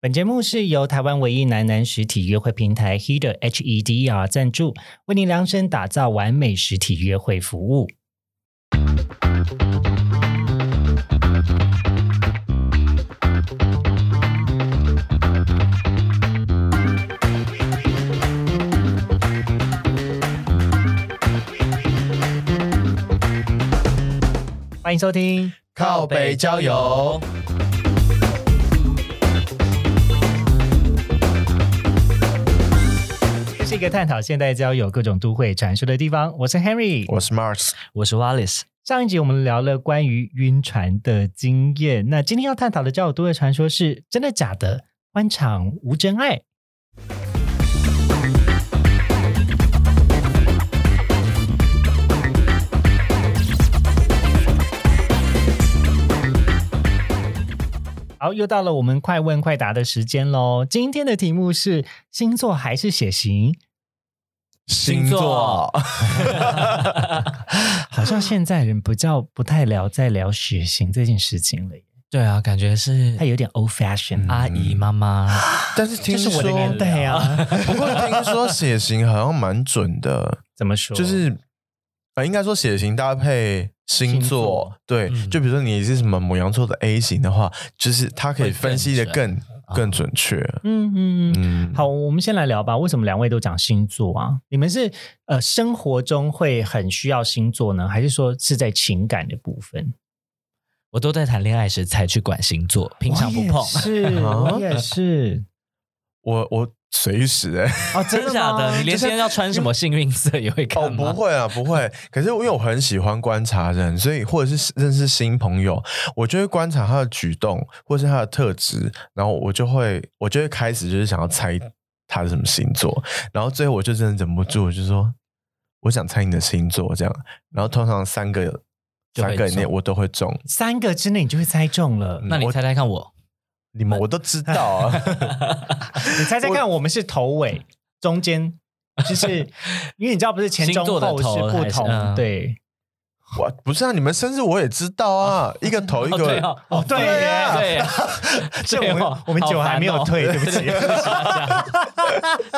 本节目是由台湾唯一男男实体约会平台 Heder H E D E R 赞助，为您量身打造完美实体约会服务。欢迎收听，靠北郊游。这是一个探讨现代交友各种都会传说的地方。我是 Henry，我是 Mars，我是 Wallace。上一集我们聊了关于晕船的经验，那今天要探讨的交友都会传说是真的假的？欢场无真爱。好，又到了我们快问快答的时间喽。今天的题目是星座还是血型？星座， 好像现在人不叫不太聊在聊血型这件事情了耶，对啊，感觉是它有点 old fashion 啊，阿姨妈妈，但是听这是说我的年代啊。不过听说血型好像蛮 准的，怎么说？就是呃，应该说血型搭配星星座座，对，嗯就比如说你是什么母羊座的 A 型的话，就是它可以会分析的更更准确。嗯嗯嗯。嗯，哦好，，我们先来聊吧。为什么两位都讲星座啊？你们是呃生活中会很需要星座呢，还是说是在情感的部分？我都在谈恋爱时才去管星座，平常不碰哦我。 也是我也是我我随时哎、 哦，真的假吗的？你连今天要穿什么幸运色也会哦，看不吗？会啊，不会。可是因为我很喜欢观察人，所以或者是认识新朋友，我就会观察他的举动，或是他的特质，然后我就会，我就会开始就是想要猜他是什么星座，然后最后我就真的忍不住，我就说我想猜你的星座这样。然后通常三个就会三个里面中我都会中，三个之内你就会猜中了。那你猜猜看我，你 们我都知道啊。你猜猜看，我们是头尾中间，就是 因为你知道不是前中星座的后是头不还是同，嗯对我不是啊，你们生日我也知道啊，一个头一哦个。对哦，哦，对对啊耶，对啊， 这对我们哦我们好酒烦还没有哦退，对不 起。大家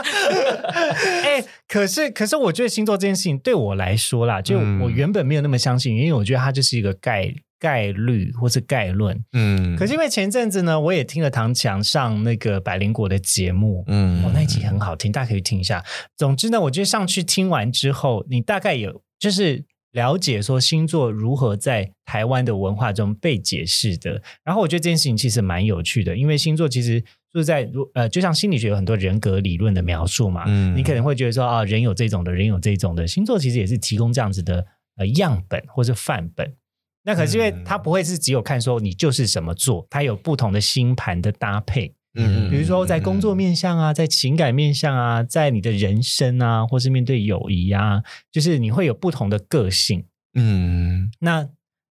哎、可是可是，我觉得星座这件事情对我来说啦，就嗯我原本没有那么相信，因为我觉得它就是一个概概率或是概论。嗯可是因为前阵子呢，我也听了唐强上那个百灵果的节目。嗯哦，那一集很好听，大家可以听一下。总之呢，我觉得上去听完之后，你大概有就是了解说星座如何在台湾的文化中被解释的。然后我觉得这件事情其实蛮有趣的，因为星座其实就是在如呃，就像心理学有很多人格理论的描述嘛，嗯啊你可能会觉得说啊，人有这种的，人有这种的，星座其实也是提供这样子的呃样本或是范本。那可是因为嗯它不会是只有看说你就是什么座，它有不同的星盘的搭配，嗯比如说在工作面向啊，在情感面向啊，在你的人生啊，或是面对友谊啊，就是你会有不同的个性。嗯那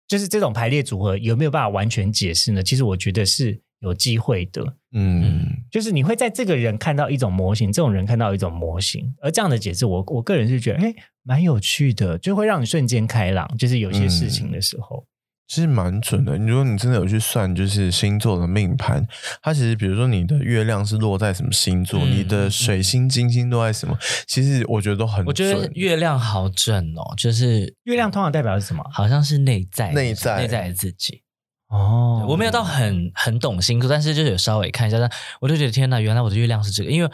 就是这种排列组合有没有办法完全解释呢？其实我觉得是有机会的。嗯就是你会在这个人看到一种模型，这种人看到一种模型，而这样的解释我，我个人是觉得，哎，蛮有趣的，就会让你瞬间开朗。就是有些事情的时嗯候，其实蛮准的。如果你真的有去算，就是星座的命盘，它其实比如说你的月亮是落在什么星座，嗯你的水星、金星落在什么，其实我觉得都很准。我觉得月亮好准哦，就是月亮通常代表是什么？好像是内在内在内在的自己。哦我没有到很很懂星座，但是就是有稍微看一下，但我就觉得天哪，原来我的月亮是这个，因为。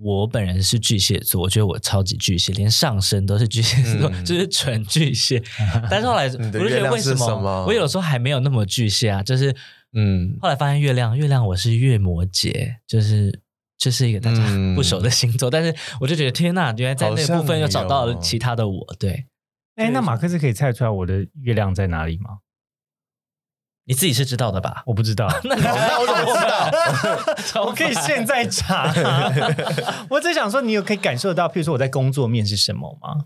我本人是巨蟹座，我觉得我超级巨蟹，连上身都是巨蟹座，嗯就是纯 巨蟹。但是后来我你的就觉月得亮为是什什么么我有时候还没有那么巨蟹啊？就是嗯后来发现月亮，月亮我是月摩羯，就是这、是一个大家嗯不熟的星座，但是我就觉得天呐，原来在那个部好像分你又找到了哦其他的我。对，哎，那马克思可以猜出来我的月亮在哪里吗？你自己是知道的吧？ 我不知道，那那我怎么知 我可以现在 查。我只想说，你有可以感受到，譬如说我在工作面是什么吗？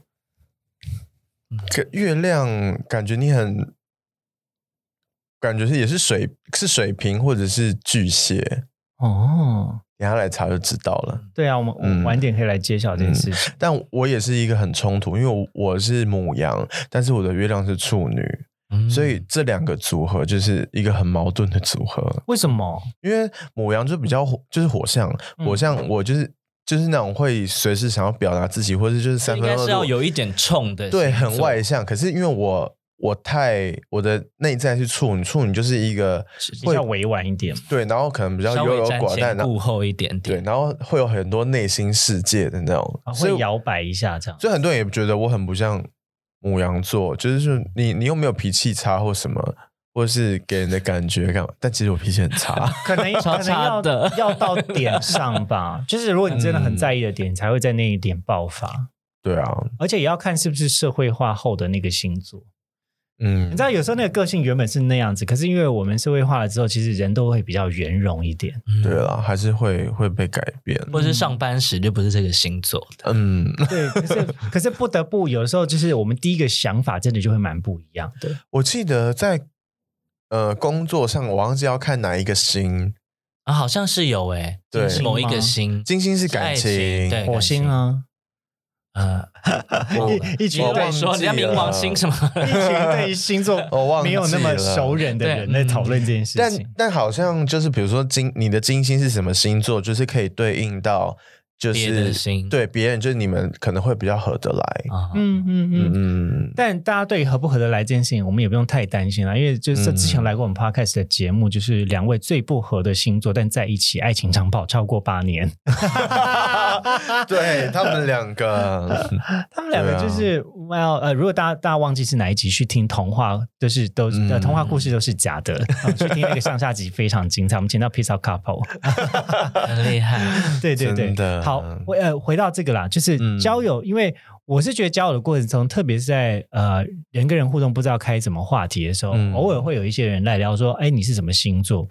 可月亮感觉你很，感觉是也是水是水瓶或者是巨蟹，哦，等一下来查就知道了。对啊，我们我嗯们晚点可以来揭晓这件事情。但我也是一个很冲突，因为我我是母羊，但是我的月亮是处女，嗯所以这两个组合就是一个很矛盾的组合，为什么？因为母羊就比较火就是火象，嗯火象我就是就是那种会随时想要表达自己，或者就是三应分该钟是要有一点冲的，对，很外，向。可是因为我我太我的内在是处女，处女就是一个比会较委婉一点，对，然后可能比较稍优微柔瞻寡断，前然后顾后一点对，点。然后会有很多内心世界的那种，啊所以会摇摆一下这样。所以很多人也觉得我很不像母羊座，就是说你你又没有脾气差或什么，或是给人的感觉干嘛？但其实我脾气很差。 可能超可能要差的要到点上 吧，就是如果你真的很在意的点，你才会在那一点爆发，对啊，而且也要看是不是社会化后的那个星座。嗯你知，道，有时候那个个性原本是那样子，可是因为我们社会化了之后，其实人都会比较圆融一点。嗯对，啊啦，还是会会被改变。或是上班时就不是这个星座的，嗯，对，可是可是不得不有时候就是我们第一个想法真的就会蛮不一样的。我记得在呃工作上，我忘记要看哪一个星，啊，好像是有诶，对是某一个星，金星是感爱情，对，火星， 啊，呃， 一一群我对，忘记说人家冥王星什么，一群对于星座 我忘记没有那么了嗯熟人的人在对讨论这件事但情。但好像就是比如说金，你的金星是什么星座，就是可以对应到就别的是星对别人，就是你们可能会比较合得来。啊，嗯嗯嗯，嗯，但大家对于合不合得来这件事情，我们也不用太担心了，因为就是嗯之前来过我们 podcast 的节目，就是两位最不合的星座，但在一起爱情长跑超过八年。 对他们两个， 他们两个就是、well 啊呃，如果大家大家忘记是哪一集去听童话，就是都、是呃嗯童话故事都是假的，啊去听那个上下集非常精彩。我们请到 Piece of Couple，很厉害，对对对真，的好，回呃回到这个啦，就是嗯交友，因为我是觉得交友的过程中，特别是在呃人跟人互动不知道开什么话题的时候，嗯偶尔会有一些人来聊说，哎，你是什么星座？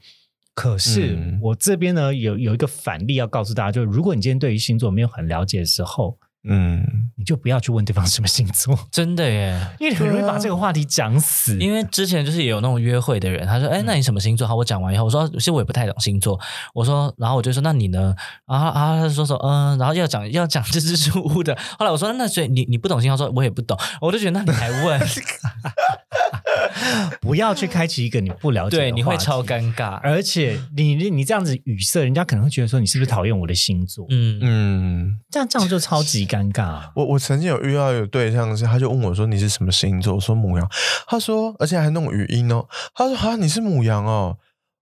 可是嗯我这边呢有有一个反例要告诉大家，就是如果你今天对于星座没有很了解的时候，嗯，你就不要去问对方什么星座，真的耶。因为你很容易对啊把这个话题讲死。因为之前就是也有那种约会的人，他说：“哎、那你什么星座？”好，我讲完以后，我说：“其实我也不太懂星座。”我说，然后我就说：“那你呢？”然后啊，他就说说：“嗯。”然后要讲要讲支支吾吾的。后来我说：“那所以你你不懂星座？”他说：“我也不懂。”我就觉得那你还问，不要去开启一个你不了解的对，你会话题超。尴尬。而且你你你这样子语塞，人家可能会觉得说你是不是讨厌我的星座？嗯，嗯，这样这样就超级尴尬、 啊。我我曾经有遇到有对象是，他就问我说你是什么星座，我说母羊，他说，而且还弄语音哦，他说啊你是母羊哦，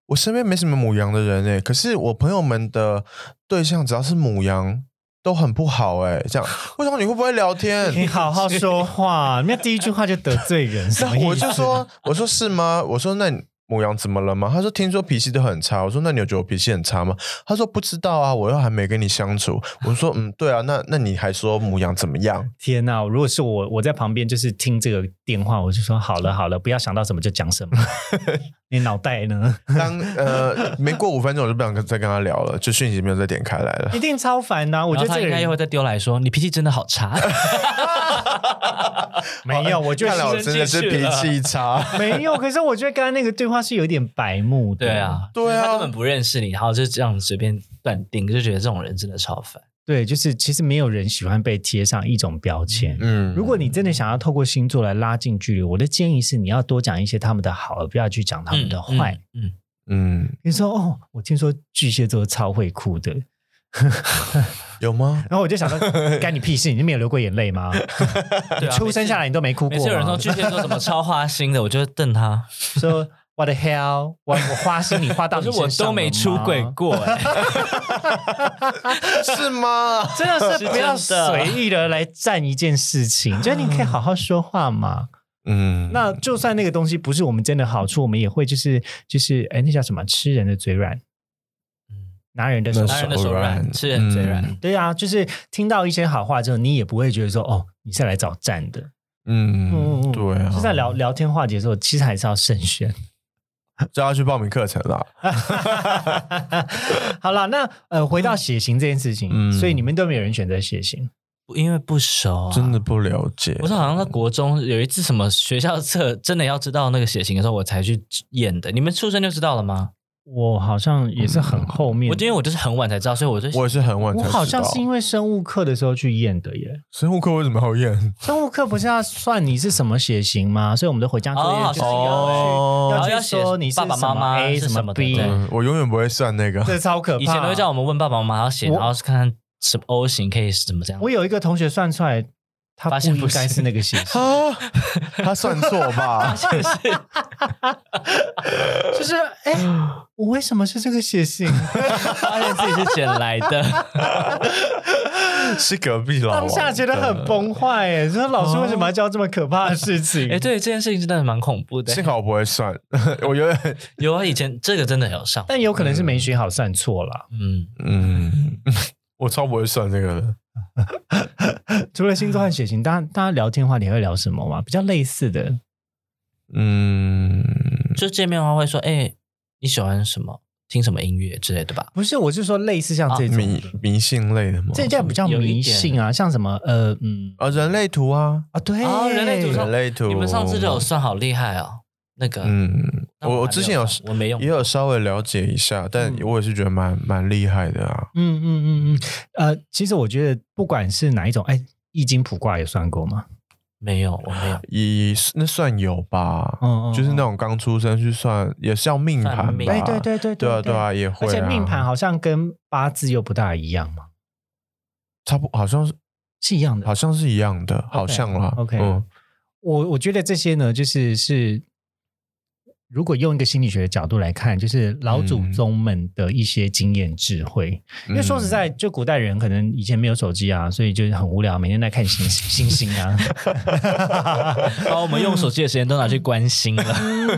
我身边没什么母羊的人哎，可是我朋友们的对象只要是母羊都很不好哎，这样，我想你会不会聊天？你好好说话，人家第一句话就得罪人，什么意思啊那我就说，我说是吗？我说那你母羊怎么了吗？他说听说脾气都很差。我说那你有觉得我脾气很差吗？他说不知道啊，我又还没跟你相处。我说嗯，对啊，那那你还说母羊怎么样？天哪！如果是我，我在旁边就是听这个电话，我就说好了好了，不要想到什么就讲 什么。你脑袋呢？当呃没过五分钟我就不想跟再跟他聊了，就讯息没有再点开来了一。定超烦呐、我觉然得后他这个应该又人会再丢来说：“你脾气真的好 差。没有，我觉 看来我得真的是脾气差。没有。可是我觉得刚刚那个对话是有点白目”的。对，啊，对啊他根本不认识你，然后就这样随便断定，就觉得这种人真的超 烦。对，就是其实没有人喜欢被贴上一种标签。嗯，如果你真的想要透过星座来拉近距离，我的建议是你要多讲一些他们的好，而不要去讲他们的坏。嗯，嗯，嗯你说哦，我听说巨蟹座超会哭的，有吗？然后我就想到，干你屁事！你没有流过眼泪吗？嗯你 对啊，出生下来你都没哭每过次。每次有人吗说巨蟹座怎么超花心的，我就瞪他。说 What the hell？我我花心你花到 可你是 我身上都没了出吗轨过、欸，是吗？ 真的是是不要真的随意的来占一件事情，就是你可以好好说话嘛。嗯，那就算那个东西不是我们真的好处，我们也会就是就是哎，那叫什么？吃人的嘴软，拿人的手那嗯拿软人的手软，吃人嘴软。对啊，就是听到一些好话之后，你也不会觉得说哦，你是来找战的。嗯，嗯嗯嗯对啊，就在聊聊天话题的时候，其实还是要慎选。就要去报名课程了。啊好了，那呃，回到血型这件事情，嗯所以你们都没有人选择血型，因为不熟、啊，真的。不了解，我是好像在国中有一次什么学校测，真的要知道那个血型的时候，我才去验的。你们出生就知道了吗？我好像也是很后面，我因为我就是很晚才知道，所以我就我也是很晚才我知道。好像是因为生物课的时候去验的耶。生物课为什么好验？生物课不是要算你是什么血型吗？所以我们的回家作业哦就是好要像去、是要去说你是什么然后要写爸爸妈妈 A 是什什么么 B，的 对嗯，我永远不会算那个。 这超可怕。啊以前都会叫我们问爸爸妈妈，然后写，我然后看看什么 O 型可以是怎么这样。我有一个同学算出来，他发不现应不是该是那个血 型，啊，他算错吧？就是哎、我为什么是这个血型？发现自己是捡来的，是隔壁老王当的下觉得很。崩坏哎，说老师为什么要教这么可怕的事情？哎，对，这件事情真的蛮恐怖的。幸好我不会算， 我有点 有啊，以前这个真的有上， 但有可能是没学好，算错了。嗯，嗯，我超不会算这个的。除了星座和血型，大家大家聊天的话，你会聊什么吗？比较类似的，嗯，就见面的话会说，哎，你喜欢什么，听什么音乐之类的吧？不是，我是说类似像这种迷的，迷信类的吗？这叫比较啊有一迷点信啊，像什么呃嗯啊，人类图啊，啊对，哦人类图上人类图。你们上次就有算好厉害哦，那个，嗯，那我我还没有之前有算我嗯没用也，有稍微了解一下，但我也是觉得蛮蛮厉害的啊。嗯嗯嗯嗯，呃，其实我觉得不管是哪一种，哎，易经卜卦有算过吗？没有，我没有。以那算有吧，嗯嗯，就是那嗯。种刚出生去算，也是要命算盘吧？命哎，对对对对啊对对啊，也会而啊。且命盘好像跟八字又不大一样嘛，差不好像是是一样的好。像是一样的，好像啦。 OK 嗯我我觉得这些呢，就是是，如果用一个心理学的角度来看，就是老祖嗯宗们的一些经验智慧。因为说实嗯在，就古代人可能以前没有手机啊，所以就是很无聊，每天在看星星星啊。把我们用手机的时间都拿去关 心了。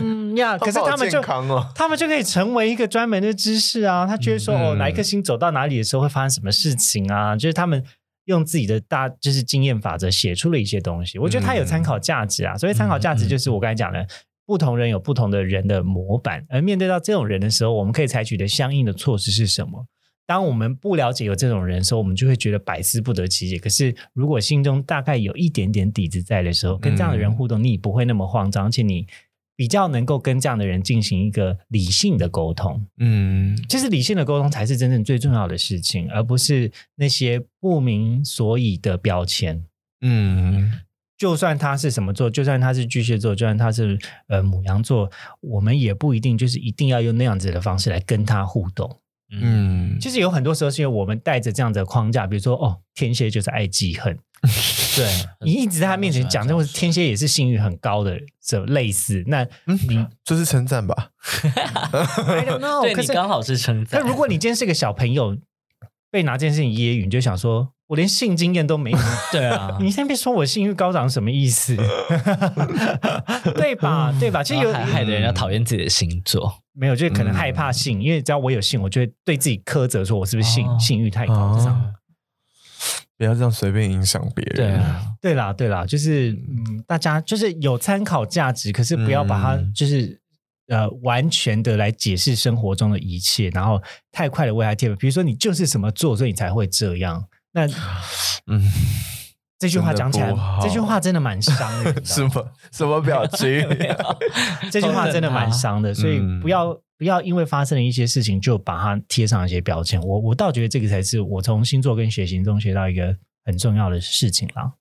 嗯呀，可他是们好他们健就康哦他们就可以成为一个专门的知识啊。他觉得说，嗯哦，哪一颗星走到哪里的时候会发生什么事情啊？就是他们用自己的大就是经验法则写出了一些东西。我觉得它有参考价值啊。所以参考价值就是我刚才讲的。不同人有不同的人的模板，而面对到这种人的时候，我们可以采取的相应的措施是什么？当我们不了解有这种人的时候，我们就会觉得百思不得其解。可是，如果心中大概有一点点底子在的时候，跟这样的人互动，你不会那么慌张，而且你比较能够跟这样的人进行一个理性的沟通。嗯，其实，理性的沟通才是真正最重要的事情，而不是那些不明所以的标签。嗯，就算他是什么座，就算他是巨蟹座，就算他是呃母羊座，我们也不一定就是一定要用那样子的方式来跟他互动。嗯，嗯，其实有很多时候是因为我们带着这样子的框架，比如说哦，天蝎就是爱记恨， 对，你一直在他面前讲，那我天蝎也是性欲很高的，这类似。 那你嗯这是称赞吧？ I don't know，对可你是刚好是称那赞。如果你今天是个小朋友，被拿这件事情揶揄，你就想说，我连性经验都没有， 对 啊，你现在说我性欲高涨什么意思？ 对吧？对吧？其实有嗯然后还嗯害得人家讨厌自己的星座，没有，就是可能害怕性，因为只要我有性，我就会对自己苛责，说我是不是性、哦性欲太高这样。哦不要这样随便影响别人。对啊，对啦，对啦，就是嗯，大家就是有参考价值，可是不要把它嗯就是、呃完全的来解释生活中的一切，然后太快的为它贴标比如说你就是什么做，所以你才会这样。那嗯，这句话讲起来真的不，好。这句话真的蛮伤人的 什么什么表 情？啊这句话真的蛮伤的，所以嗯不要不要因为发生了一些事情就把它贴上一些标签。我我倒觉得这个才是我从星座跟血型中学到一个很重要的事情啦。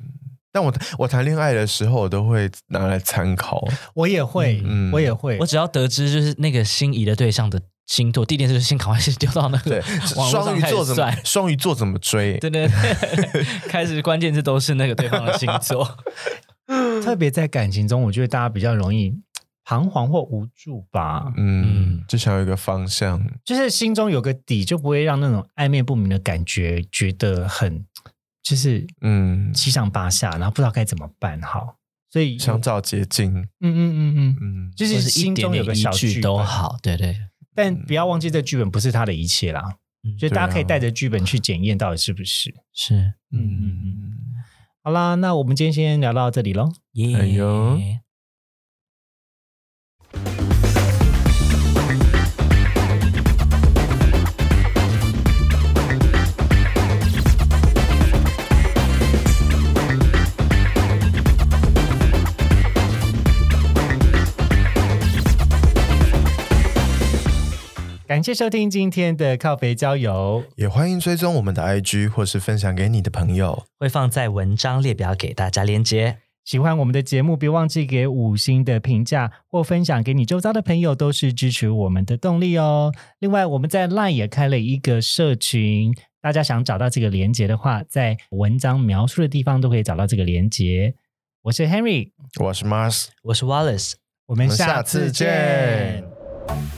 但我我谈恋爱的时候，我都会拿来参考。我也会，嗯我也会，我只要得知就是那个心仪的对象的星座，第一件事就是先赶快先丢到那对 个，网络双上鱼开始座怎么算。双鱼座怎么追？对对对， 开始关键字都是那个对方的星 座。嗯特别在感情中，我觉得大家比较容易彷徨或无助吧，嗯嗯，至少有一个方向。就是心中有个底，就不会让那种暧昧不明的感觉觉得很就是嗯，七上八下，然后不知道该怎么办好。所以，想找捷径。嗯嗯嗯嗯，嗯，就或是是一心点中有点个依小据本都，好，对对，但不要忘记这剧本不是他的一切啦，嗯所以大家对啊可以带着剧本去检验到底是不是。是，嗯嗯嗯，好啦，那我们今天先聊到这里喽。耶哎呦谢收听今天的靠北郊游，也欢迎追踪我们的 IG 或是分享给你的朋友。会放在文章列表给大家连接。喜欢我们的节目，别忘记给五星的评价或分享给你周遭的朋友，都是支持我们的动力哦。另外，我们在 LINE 也开了一个社群，大家想找到这个连接的话，在文章描述的地方都可以找到这个连接。我是 Henry，我是 Mars，我是 Wallace。我们我们下下次次见见。